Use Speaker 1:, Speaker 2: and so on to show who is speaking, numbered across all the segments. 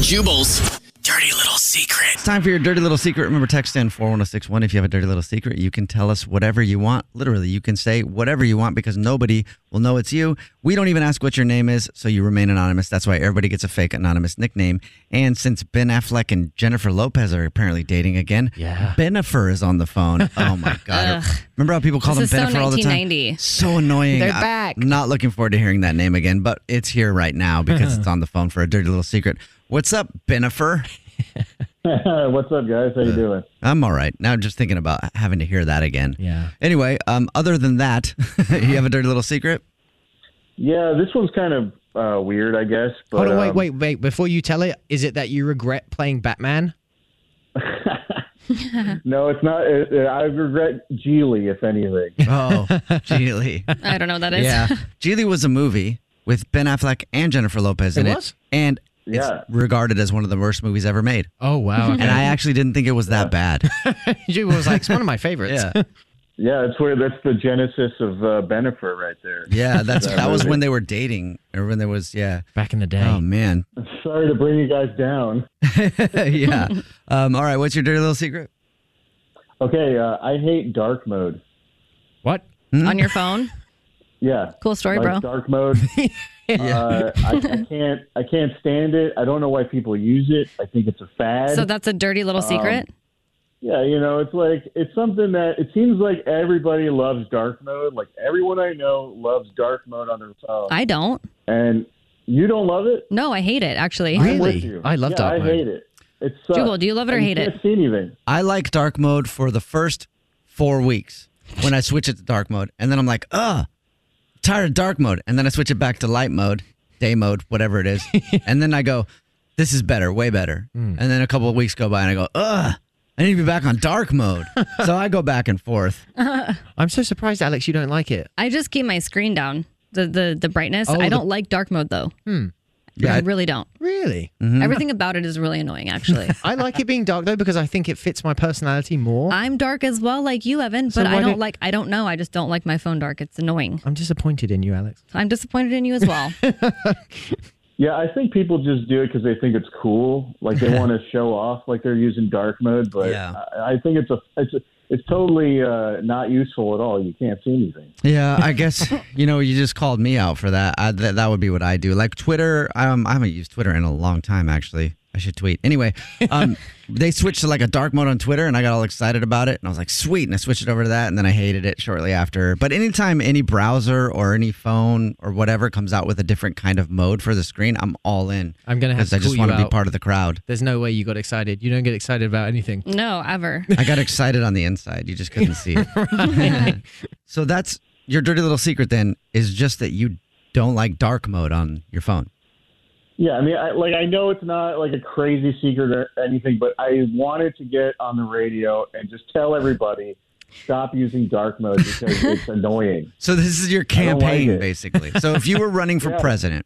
Speaker 1: Jubal's dirty little secret.
Speaker 2: It's time for your dirty little secret. Remember, text in 41061 if you have a dirty little secret. You can tell us whatever you want. Literally, you can say whatever you want because nobody will know it's you. We don't even ask what your name is, so you remain anonymous. That's why everybody gets a fake anonymous nickname. And since Ben Affleck and Jennifer Lopez are apparently dating again,
Speaker 3: Yeah.
Speaker 2: Benifer is on the phone. Oh my God. Remember how people call
Speaker 4: This
Speaker 2: them
Speaker 4: is
Speaker 2: Benifer
Speaker 4: so
Speaker 2: all the time?
Speaker 4: 1990.
Speaker 2: So annoying.
Speaker 4: They're
Speaker 2: I-
Speaker 4: back.
Speaker 2: not looking forward to hearing that name again, but it's here right now because it's on the phone for a dirty little secret. What's up, Benifer?
Speaker 5: What's up, guys? How you doing?
Speaker 2: I'm all right. Now I'm just thinking about having to hear that again.
Speaker 3: Yeah.
Speaker 2: Anyway, um, other than that, you have a dirty little secret?
Speaker 5: Yeah, this one's kind of uh, weird, I guess. But,
Speaker 3: Hold on, wait,
Speaker 5: um,
Speaker 3: wait, wait. Before you tell it, is it that you regret playing Batman?
Speaker 5: No, it's not. It, it, I regret Geely, if anything.
Speaker 2: Oh, Geely.
Speaker 4: I don't know what that is.
Speaker 2: yeah. Geely was a movie with Ben Affleck and Jennifer Lopez in
Speaker 3: It
Speaker 2: it.
Speaker 3: was?
Speaker 2: And it's
Speaker 5: Yeah.
Speaker 2: regarded as one of the worst movies ever made.
Speaker 3: Oh wow!
Speaker 2: And I actually didn't think it was that bad.
Speaker 3: you was like, it's one of my favorites.
Speaker 2: Yeah.
Speaker 5: Yeah, that's where that's the genesis of uh, Benifer right there.
Speaker 2: Yeah, that's
Speaker 5: That
Speaker 2: that was
Speaker 5: movie.
Speaker 2: when they were dating or when there was yeah.
Speaker 3: Back in the day.
Speaker 5: Um,
Speaker 2: Oh man.
Speaker 5: Sorry to bring you guys down.
Speaker 2: yeah. Um, all right, what's your dirty little secret?
Speaker 5: Okay, uh, I hate dark mode.
Speaker 3: what?
Speaker 4: On your phone.
Speaker 5: Yeah,
Speaker 4: Cool story, bro.
Speaker 5: like dark mode. uh, I, I can't. I can't stand it. I don't know why people use it. I think it's a fad.
Speaker 4: So that's a dirty little secret.
Speaker 3: Um,
Speaker 5: Yeah, you know, it's like it's something that it seems like everybody loves dark mode. Like everyone I know loves dark mode on their phone.
Speaker 4: I don't.
Speaker 5: and you don't love it?
Speaker 4: No, I hate it actually.
Speaker 5: I'm with
Speaker 3: Really?
Speaker 5: you.
Speaker 3: I love
Speaker 5: yeah,
Speaker 3: dark
Speaker 5: I
Speaker 3: mode.
Speaker 5: hate it. It's sucks.
Speaker 4: Jubal, do you love it or
Speaker 5: And
Speaker 4: hate
Speaker 5: you
Speaker 4: it?
Speaker 5: Can't see anything.
Speaker 2: I like dark mode for the first four weeks when I switch it to dark mode, and then I'm like, ugh, tired of dark mode, and then I switch it back to light mode, day mode, whatever it is, and then I go, this is better, way better, and then a couple of weeks go by, and I go, ugh, I need to be back on dark mode, so I go back and forth.
Speaker 3: I'm so surprised, Alex. You don't like it.
Speaker 4: I just keep my screen down. The the the brightness.
Speaker 3: Oh,
Speaker 4: I
Speaker 3: the- Hmm.
Speaker 4: don't like dark mode though.
Speaker 2: Yeah,
Speaker 4: I
Speaker 2: I-
Speaker 4: really don't.
Speaker 3: Really?
Speaker 4: Everything about it is really annoying actually.
Speaker 3: Mm. I like it being dark though because I think it fits my personality more.
Speaker 4: I'm dark as well, like you, Evan.
Speaker 3: So
Speaker 4: But
Speaker 3: why
Speaker 4: I don't
Speaker 3: don't-
Speaker 4: like. I don't know. I just don't like my phone dark. It's annoying.
Speaker 3: I'm disappointed in you, Alex.
Speaker 4: I'm disappointed in you as well.
Speaker 5: Yeah, I think people just do it because they think it's cool. Like they want to show off, like they're using dark mode. But
Speaker 2: Yeah.
Speaker 5: I, I think it's a it's a, it's totally uh, not useful at all. You can't see anything.
Speaker 2: Yeah, I guess you know you just called me out for that. I, th- that would be what I do. Like Twitter, um, I haven't used Twitter in a long time actually. I should tweet anyway. Um, they switched to like a dark mode on Twitter, and I got all excited about it, and I was like, sweet. And I switched it over to that, and then I hated it shortly after. But anytime any browser or any phone or whatever comes out with a different kind of mode for the screen, I'm all in.
Speaker 3: I'm gonna have
Speaker 2: 'Cause
Speaker 3: to
Speaker 2: I just
Speaker 3: call
Speaker 2: wanna
Speaker 3: you
Speaker 2: be
Speaker 3: out.
Speaker 2: part of the crowd.
Speaker 3: There's no way you got excited. You don't get excited about anything.
Speaker 4: no, ever.
Speaker 2: I got excited on the inside. You just couldn't see it. so that's your dirty little secret then is just that you don't like dark mode on your phone.
Speaker 5: Yeah, I mean, I, like I know it's not like a crazy secret or anything, but I wanted to get on the radio and just tell everybody stop using dark mode because it's annoying.
Speaker 2: So this is your
Speaker 5: don't like
Speaker 2: campaign
Speaker 5: it.
Speaker 2: basically. So if you were running for president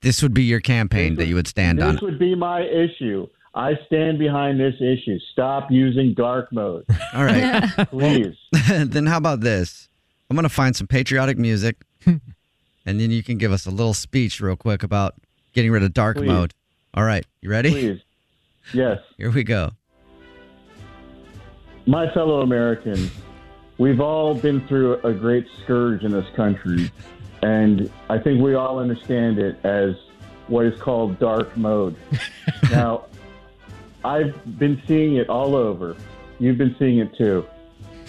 Speaker 2: This would be your campaign that you would stand on.
Speaker 5: This would be my issue. I stand behind this issue. Stop using dark mode,
Speaker 2: All right.
Speaker 5: please.
Speaker 2: then how about this? I'm going to find some patriotic music, and then you can give us a little speech real quick about getting rid of dark
Speaker 5: Please.
Speaker 2: mode. All right. You ready?
Speaker 5: Please. Yes.
Speaker 2: Here we go.
Speaker 5: My fellow Americans, we've all been through a great scourge in this country, and I think we all understand it as what is called dark mode. now, I've been seeing it all over. You've been seeing it too.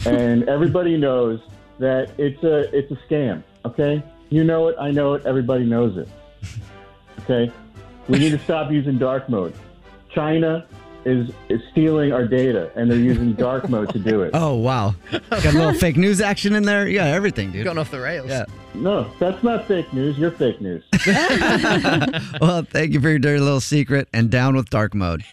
Speaker 5: And everybody knows that it's a it's a scam, okay? You know it, I know it, everybody knows it. Okay? We need to stop using dark mode. China is, is stealing our data and they're using dark mode to do it.
Speaker 2: Oh, wow. Got a little fake news action in there. Yeah, everything, dude.
Speaker 3: Gone off the rails.
Speaker 2: Yeah.
Speaker 5: No, that's not fake news. You're fake news.
Speaker 2: Well, thank you for your dirty little secret and down with dark mode.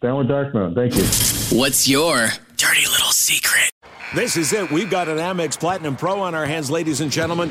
Speaker 5: Down with dark mode. Thank you.
Speaker 1: What's your dirty little secret?
Speaker 6: This is it. We've got an Amex Platinum Pro on our hands, ladies and gentlemen.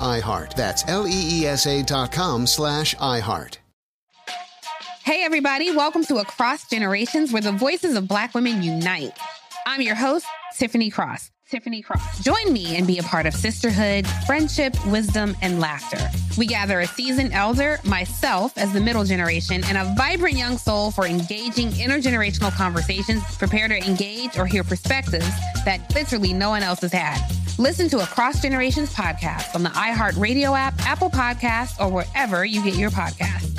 Speaker 7: iHeart. That's L E E S A dot com slash iHeart.
Speaker 8: Hey, everybody. Welcome to Across Generations, where the voices of Black women unite. I'm your host, Tiffany Cross. Tiffany Cross. Join me and be a part of sisterhood, friendship, wisdom, and laughter. We gather a seasoned elder, myself as the middle generation, and a vibrant young soul for engaging intergenerational conversations. Prepare to engage or hear perspectives that literally no one else has had. Listen to Across Generations podcast on the iHeartRadio app, Apple Podcasts, or wherever you get your podcasts.